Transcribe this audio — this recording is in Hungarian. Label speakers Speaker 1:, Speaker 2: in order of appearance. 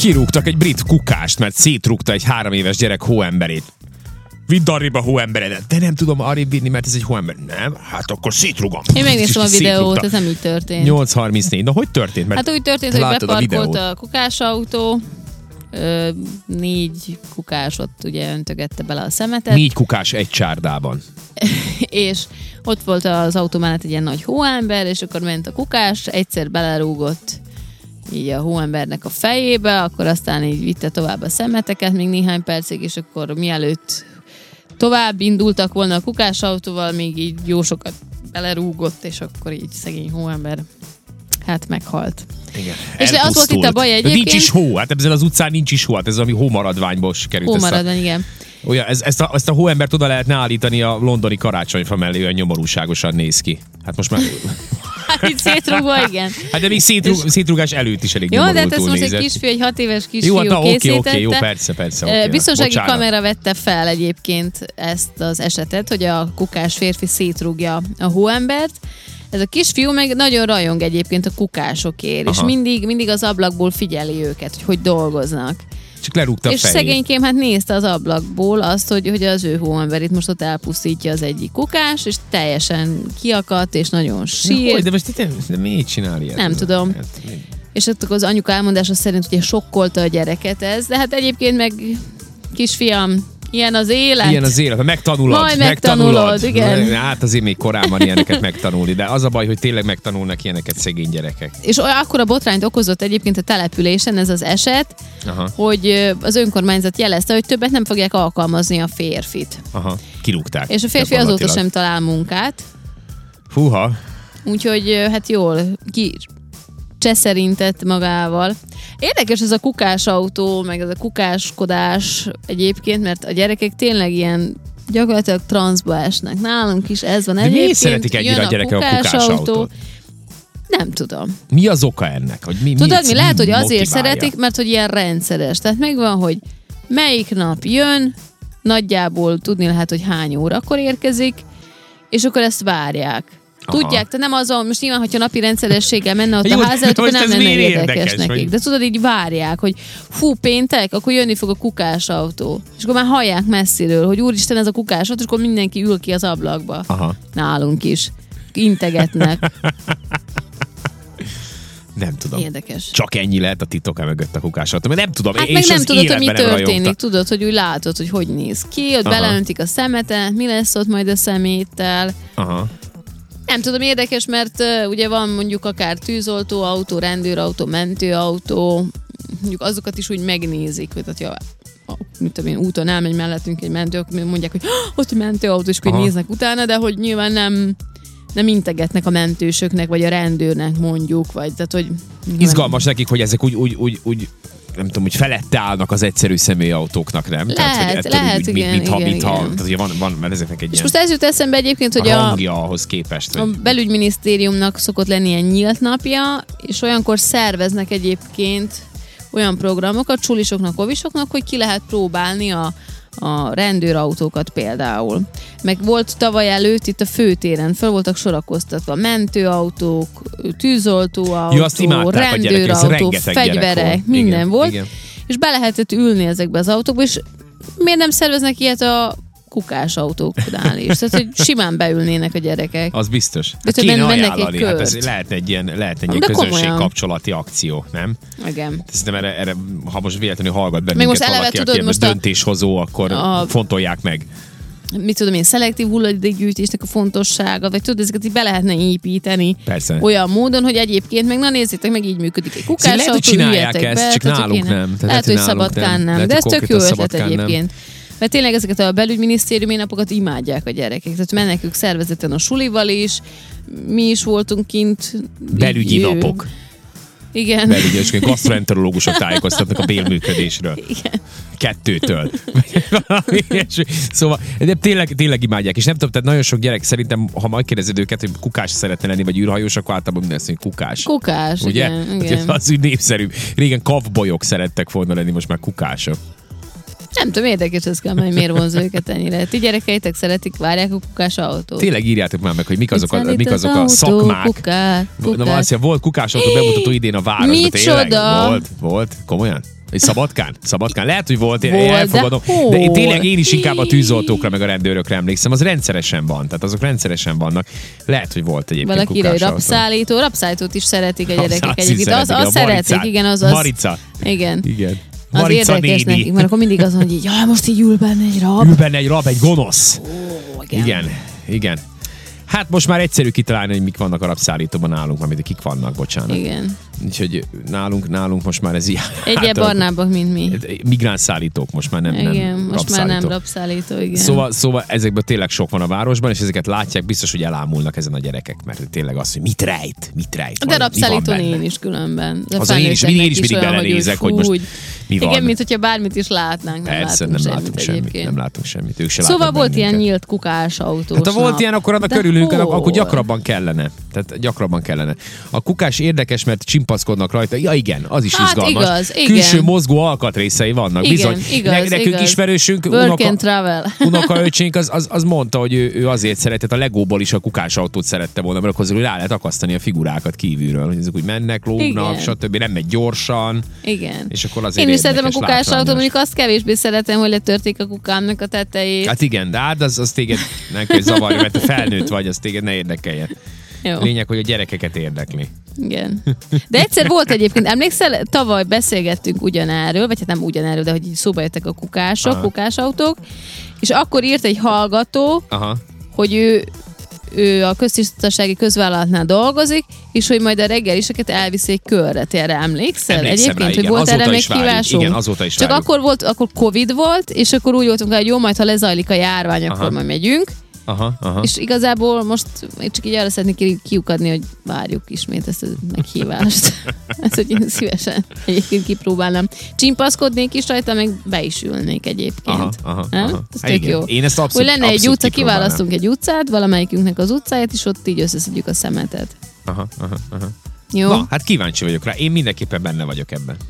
Speaker 1: kirúgtak egy brit kukást, mert szétrúgta egy három éves gyerek hóemberét. Vidd arrébb a hóemberedet. De nem tudom arrébb vinni, mert ez egy hóember. Nem? Hát akkor szétrugom.
Speaker 2: Én megnéztem a
Speaker 1: És
Speaker 2: videót,
Speaker 1: szétrúgta.
Speaker 2: ez nem így történt.
Speaker 1: 8.34. Na hogy történt? Mert
Speaker 2: Hát úgy történt, hogy
Speaker 1: Láttad a
Speaker 2: beparkolt
Speaker 1: videót.
Speaker 2: a, kukásautó, ö, négy kukás ott ugye öntögette bele a szemetet,
Speaker 1: négy kukás egy csárdában.
Speaker 2: és ott volt az autó mellett egy ilyen nagy hóember, és akkor ment a kukás, egyszer belerúgott így a hóembernek a fejébe, akkor aztán így vitte tovább a szemeteket még néhány percig, és akkor mielőtt tovább indultak volna a kukásautóval, még így jó sokat belerúgott, és akkor így szegény hóember hát meghalt.
Speaker 1: Igen.
Speaker 2: És de az volt
Speaker 1: elpusztult.
Speaker 2: itt a baj
Speaker 1: De Nincs
Speaker 2: egyébként-
Speaker 1: is hó, hát ezzel az utcán nincs is hó, hát ez ami hómaradványból sikerült. Ezt
Speaker 2: Hómaradvány, igen.
Speaker 1: a, olyan, ez, ezt, a, ezt a hóembert oda lehetne állítani a londoni karácsonyfa mellé, olyan nyomorúságosan néz ki. Hát most már...
Speaker 2: Hát itt szétrugva, igen.
Speaker 1: Hát de még szétrug, szétrugás előtt is elég
Speaker 2: Jó, de hát
Speaker 1: nyomorultul
Speaker 2: ez most egy
Speaker 1: nézett.
Speaker 2: kisfiú, egy hat éves kisfiú
Speaker 1: Jó, hát na, oké,
Speaker 2: készítette.
Speaker 1: oké, jó, persze, persze.
Speaker 2: Ö,
Speaker 1: Oké,
Speaker 2: Biztonsági
Speaker 1: bocsánat.
Speaker 2: kamera vette fel egyébként ezt az esetet, hogy a kukás férfi szétrúgja a hóembert. Ez a kisfiú meg nagyon rajong egyébként a kukásokért, és
Speaker 1: Aha.
Speaker 2: mindig, mindig az ablakból figyeli őket, hogy hogy dolgoznak.
Speaker 1: Csak lerúgta a
Speaker 2: és
Speaker 1: fejét.
Speaker 2: szegénykém hát nézte az ablakból azt, hogy, hogy az ő hóemberét most ott elpusztítja az egyik kukás, és teljesen kiakadt, és nagyon
Speaker 1: Na, hogy,
Speaker 2: sírt.
Speaker 1: de most de, de miért csinál ilyet?
Speaker 2: Nem tudom.
Speaker 1: Hát, mi-
Speaker 2: És ott akkor az anyuka elmondása szerint ugye sokkolta a gyereket ez, de hát egyébként meg kisfiam, ilyen az élet.
Speaker 1: Ilyen az élet, ha megtanulod.
Speaker 2: Hát- Majd megtanulod, igen.
Speaker 1: Hát azért még korán van ilyeneket megtanulni, de az a baj, hogy tényleg megtanulnak ilyeneket szegény gyerekek.
Speaker 2: És olyan akkora botrányt okozott egyébként a településen ez az eset,
Speaker 1: Aha.
Speaker 2: hogy ö, az önkormányzat jelezte, hogy többet nem fogják alkalmazni a férfit.
Speaker 1: Aha, kirúgták.
Speaker 2: És a férfi azóta
Speaker 1: gyakorlatilag.
Speaker 2: sem talál munkát,
Speaker 1: Húha,
Speaker 2: úgyhogy ö, hát jól ki cseszerintett magával. Érdekes ez a kukás autó, meg ez a kukáskodás egyébként, mert a gyerekek tényleg ilyen gyakorlatilag transzba esnek. Nálunk is ez van
Speaker 1: de
Speaker 2: egyébként.
Speaker 1: miért szeretik
Speaker 2: jön
Speaker 1: ennyire a gyerekek a kukás autót?
Speaker 2: Nem tudom.
Speaker 1: Mi az oka ennek? Hogy mi,
Speaker 2: Tudod,
Speaker 1: mi,
Speaker 2: mi lehet,
Speaker 1: mi
Speaker 2: hogy azért
Speaker 1: motiválja?
Speaker 2: szeretik, mert hogy ilyen rendszeres. Tehát megvan, hogy melyik nap jön, nagyjából tudni lehet, hogy hány órakor érkezik, és akkor ezt várják.
Speaker 1: Aha.
Speaker 2: Tudják, te nem azon, most nyilván, hogyha napi rendszerességgel menne ott
Speaker 1: Jó,
Speaker 2: a
Speaker 1: de
Speaker 2: ház előtt, akkor
Speaker 1: most
Speaker 2: nem
Speaker 1: ez
Speaker 2: lenne
Speaker 1: miért
Speaker 2: érdekes,
Speaker 1: érdekes,
Speaker 2: nekik.
Speaker 1: vagy-
Speaker 2: De tudod, így várják, hogy fú, péntek, akkor jönni fog a kukás autó. És akkor már hallják messziről, hogy úristen, ez a kukás autó, és akkor mindenki ül ki az ablakba.
Speaker 1: Aha, Hát,
Speaker 2: Nálunk is. Integetnek.
Speaker 1: nem tudom.
Speaker 2: Érdekes.
Speaker 1: Csak ennyi lehet a titok mögött a kukás autó. Mert nem tudom,
Speaker 2: Hát
Speaker 1: én
Speaker 2: meg
Speaker 1: és
Speaker 2: nem
Speaker 1: az
Speaker 2: tudod, hogy mi
Speaker 1: életben nem rajongtam.
Speaker 2: történik, tudod, hogy úgy látod, hogy hogy néz ki, ott
Speaker 1: Aha.
Speaker 2: beleöntik a szemetet, mi lesz ott majd a szeméttel.
Speaker 1: Aha.
Speaker 2: Nem tudom, érdekes, mert ö, ugye van mondjuk akár tűzoltó autó, rendőrautó, mentőautó, mondjuk azokat is úgy megnézik, hogy tehát, ja, a- mit tudom én, úton elmegy mellettünk egy mentő, akkor mondják, hogy "Hah, ott a mentőautó, és akkor így
Speaker 1: Aha.
Speaker 2: néznek utána, de hogy nyilván nem nem integetnek a mentősöknek, vagy a rendőrnek mondjuk, vagy tehát, hogy...
Speaker 1: Izgalmas nekik, hogy ezek úgy, úgy, úgy, úgy nem tudom, hogy felette állnak az egyszerű személyautóknak, nem? hogy
Speaker 2: Lehet,
Speaker 1: ettől
Speaker 2: lehet,
Speaker 1: úgy, mint,
Speaker 2: igen,
Speaker 1: mintha,
Speaker 2: igen,
Speaker 1: mintha,
Speaker 2: igen.
Speaker 1: Tehát ugye van, van, mert ezeknek egy
Speaker 2: És
Speaker 1: ilyen
Speaker 2: most ez jut eszembe egyébként, hogy a,
Speaker 1: rangja ahhoz képest.
Speaker 2: A
Speaker 1: Hogy...
Speaker 2: belügyminisztériumnak szokott lenni ilyen nyílt napja, és olyankor szerveznek egyébként olyan programokat csulisoknak, ovisoknak, hogy ki lehet próbálni a, a rendőrautókat például. Meg volt tavaly előtt itt a főtéren, fel voltak sorakoztatva mentőautók, tűzoltóautó,
Speaker 1: Jó, azt imádták a gyerekek, ez
Speaker 2: rendőrautó,
Speaker 1: rengeteg gyerek
Speaker 2: fegyverek,
Speaker 1: volt.
Speaker 2: minden
Speaker 1: Igen,
Speaker 2: volt,
Speaker 1: igen.
Speaker 2: és be lehetett ülni ezekbe az autókba, és miért nem szerveznek ilyet a kukás autóknál is? Tehát, hogy simán beülnének a gyerekek.
Speaker 1: Az biztos. Hát
Speaker 2: Biztos, hogy
Speaker 1: kéne
Speaker 2: men- mennek egy
Speaker 1: ajánlani, hát ez
Speaker 2: kört.
Speaker 1: lehet egy ilyen, lehet egy ilyen
Speaker 2: De
Speaker 1: közönségkapcsolati akció, nem?
Speaker 2: Igen.
Speaker 1: Szerintem erre, erre, ha most véletlenül hallgat bennünket
Speaker 2: most eleve
Speaker 1: valaki,
Speaker 2: tudod,
Speaker 1: aki
Speaker 2: most
Speaker 1: most
Speaker 2: a-
Speaker 1: döntéshozó, akkor
Speaker 2: a-
Speaker 1: fontolják meg.
Speaker 2: mit tudom én, szelektív hulladékgyűjtésnek a fontossága, vagy tudod, ezeket így be lehetne építeni.
Speaker 1: Persze.
Speaker 2: Olyan módon, hogy egyébként meg, na nézzétek, meg így működik egy kukás
Speaker 1: Szóval lehet, hogy
Speaker 2: autó,
Speaker 1: csinálják
Speaker 2: üljetek
Speaker 1: ezt,
Speaker 2: be,
Speaker 1: csak
Speaker 2: tehát,
Speaker 1: nálunk
Speaker 2: kéne.
Speaker 1: nem. Tehát lehet,
Speaker 2: Lehet, hogy
Speaker 1: hogy nálunk
Speaker 2: szabadkán
Speaker 1: nem.
Speaker 2: nem,
Speaker 1: Lehet,
Speaker 2: de ez
Speaker 1: hogy
Speaker 2: tök jó
Speaker 1: konkrétan
Speaker 2: ötlet
Speaker 1: Szabadkán nem.
Speaker 2: egyébként. Mert tényleg ezeket a belügyminisztériumi napokat imádják a gyerekek. Tehát mennek ők szervezeten a sulival is, mi is voltunk kint.
Speaker 1: Belügyi
Speaker 2: Így,
Speaker 1: napok.
Speaker 2: Igen.
Speaker 1: Belügyesként gasztroenterológusok tájékoztatnak a bélműködésről.
Speaker 2: Igen.
Speaker 1: kettőtől. Vagy valami ilyesmi. szóval, de tényleg, tényleg imádják, és nem tudom, tehát nagyon sok gyerek szerintem, ha majd kérdezed őket, hogy kukás szeretne lenni, vagy űrhajós, akkor általában minden azt mondja, hogy kukás.
Speaker 2: Kukás,
Speaker 1: Ugye?
Speaker 2: igen.
Speaker 1: Hát
Speaker 2: igen.
Speaker 1: Az úgy népszerű. Régen kavbolyok szerettek volna lenni, most már kukások.
Speaker 2: Nem tudom, érdekes ez kell, hogy miért vonz őket ennyire. Ti gyerekeitek szeretik, várják a kukás autót.
Speaker 1: Tényleg írjátok már meg, hogy mik azok a,
Speaker 2: Itt
Speaker 1: mik
Speaker 2: van itt
Speaker 1: azok a
Speaker 2: az autó,
Speaker 1: szakmák.
Speaker 2: Kukák,
Speaker 1: Na,
Speaker 2: kukák.
Speaker 1: Marcia, volt kukás autó bemutató idén a városban.
Speaker 2: Micsoda!
Speaker 1: Tényleg? Volt, volt, komolyan? Egy Szabadkán? Szabadkán. Lehet, hogy volt, én
Speaker 2: Volt, de
Speaker 1: elfogadom.
Speaker 2: hol?
Speaker 1: De, én tényleg én is inkább a tűzoltókra, meg a rendőrökre emlékszem. Az rendszeresen van, tehát azok rendszeresen vannak. Lehet, hogy volt egyébként
Speaker 2: Valaki írja, hogy
Speaker 1: kukásautó.
Speaker 2: rapszállító, rapszállítót is szeretik a gyerekek
Speaker 1: Rapszállítót
Speaker 2: egyébként. Az,
Speaker 1: szeretik,
Speaker 2: az
Speaker 1: a maricát.
Speaker 2: szeretik, igen, az az.
Speaker 1: Marica.
Speaker 2: Igen.
Speaker 1: Igen.
Speaker 2: Az
Speaker 1: Marica
Speaker 2: érdekes
Speaker 1: néni.
Speaker 2: nekik, mert akkor mindig azon, hogy így, jaj, most így ül benne egy rab.
Speaker 1: Ül benne egy rab, egy gonosz.
Speaker 2: Ó,
Speaker 1: Igen, igen. Hát most már egyszerű kitalálni, hogy mik vannak a rabszállítóban nálunk, amit kik vannak, bocsánat.
Speaker 2: Igen.
Speaker 1: Úgyhogy nálunk, nálunk most már ez ilyen.
Speaker 2: Egyéb barnábbak, mint mi.
Speaker 1: Migránszállítók most már Hát, nem,
Speaker 2: Igen,
Speaker 1: nem
Speaker 2: most már nem
Speaker 1: rabszállítók.
Speaker 2: rapszállító, igen.
Speaker 1: Szóval, szóval ezekből tényleg sok van a városban, és ezeket látják, biztos, hogy elámulnak ezen a gyerekek, mert tényleg az, hogy mit rejt, mit rejt.
Speaker 2: de
Speaker 1: van, mi van
Speaker 2: rapszállítón
Speaker 1: benne.
Speaker 2: én is különben. De
Speaker 1: Az én is, én
Speaker 2: felnőtteknek
Speaker 1: is mindig
Speaker 2: olyan, hogy
Speaker 1: belenézek, hogy,
Speaker 2: fú,
Speaker 1: most
Speaker 2: úgy.
Speaker 1: mi van.
Speaker 2: Igen, mint hogyha bármit is látnánk, nem
Speaker 1: Persze,
Speaker 2: látunk
Speaker 1: nem
Speaker 2: semmit
Speaker 1: látunk semmit,
Speaker 2: egyébként.
Speaker 1: nem látunk semmit. Ők se
Speaker 2: Szóval
Speaker 1: látnak
Speaker 2: volt ilyen
Speaker 1: bennünket.
Speaker 2: nyílt kukás autós
Speaker 1: Hát ha volt
Speaker 2: nap.
Speaker 1: ilyen, akkor annak
Speaker 2: De
Speaker 1: körülünk,
Speaker 2: hol?
Speaker 1: akkor gyakrabban kellene. Tehát gyakrabban kellene. A kukás érdekes, mert csimpaszkodnak rajta. Ja igen, az is
Speaker 2: Hát
Speaker 1: izgalmas.
Speaker 2: igaz, igen.
Speaker 1: Külső mozgó alkatrészei vannak,
Speaker 2: Igen,
Speaker 1: bizony.
Speaker 2: igaz,
Speaker 1: nekünk
Speaker 2: igaz.
Speaker 1: ismerősünk,
Speaker 2: Work
Speaker 1: unoka,
Speaker 2: and travel.
Speaker 1: unokaöcsénk az, az, az, mondta, hogy ő, ő, azért szeretett, a legóból is a kukás autót szerette volna, mert akkor azért rá lehet akasztani a figurákat kívülről, hogy ezek úgy mennek, lógnak,
Speaker 2: Igen.
Speaker 1: stb. Nem megy gyorsan.
Speaker 2: Igen.
Speaker 1: És akkor azért
Speaker 2: Én is szeretem a
Speaker 1: érdekes,
Speaker 2: kukás
Speaker 1: látványos.
Speaker 2: autót, mondjuk azt kevésbé szeretem, hogy letörték a kukámnak a tetejét.
Speaker 1: Hát igen, de hát az, az téged nem kell zavarja, mert te felnőtt vagy, az téged ne érdekeljen.
Speaker 2: Jó.
Speaker 1: Lényeg, hogy a gyerekeket érdekli.
Speaker 2: Igen. De egyszer volt egyébként, emlékszel, tavaly beszélgettünk ugyanerről, vagy hát nem ugyanerről, de hogy így szóba jöttek a kukások,
Speaker 1: Aha.
Speaker 2: kukásautók, és akkor írt egy hallgató,
Speaker 1: Aha.
Speaker 2: hogy ő, ő a köztisztasági közvállalatnál dolgozik, és hogy majd a reggeliseket elviszik körre. Te erre emlékszel?
Speaker 1: Emlékszem
Speaker 2: Egyébként,
Speaker 1: rá,
Speaker 2: hogy
Speaker 1: igen.
Speaker 2: volt
Speaker 1: Azóta
Speaker 2: erre
Speaker 1: is várjuk.
Speaker 2: meghívásunk?
Speaker 1: Igen, azóta is
Speaker 2: Csak
Speaker 1: várjuk.
Speaker 2: akkor volt, akkor Covid volt, és akkor úgy voltunk, hogy jó, majd ha lezajlik a járvány, akkor
Speaker 1: Aha.
Speaker 2: majd megyünk.
Speaker 1: Aha, aha.
Speaker 2: És igazából most csak így arra szeretnék ki- kiukadni, hogy várjuk ismét ezt a meghívást. ezt, hogy én szívesen egyébként kipróbálnám. Csimpaszkodnék is rajta, meg be is ülnék egyébként.
Speaker 1: Aha, aha,
Speaker 2: Nem?
Speaker 1: aha.
Speaker 2: Ez
Speaker 1: Há,
Speaker 2: tök
Speaker 1: igen.
Speaker 2: jó.
Speaker 1: Én ezt abszolút-
Speaker 2: Hogy lenne egy
Speaker 1: abszolút
Speaker 2: utca,
Speaker 1: kipróbálnám.
Speaker 2: kiválasztunk egy utcát, valamelyikünknek az utcáját, és ott így összeszedjük a szemetet.
Speaker 1: aha, aha, aha.
Speaker 2: Jó?
Speaker 1: Na, hát kíváncsi vagyok rá. Én mindenképpen benne vagyok ebben.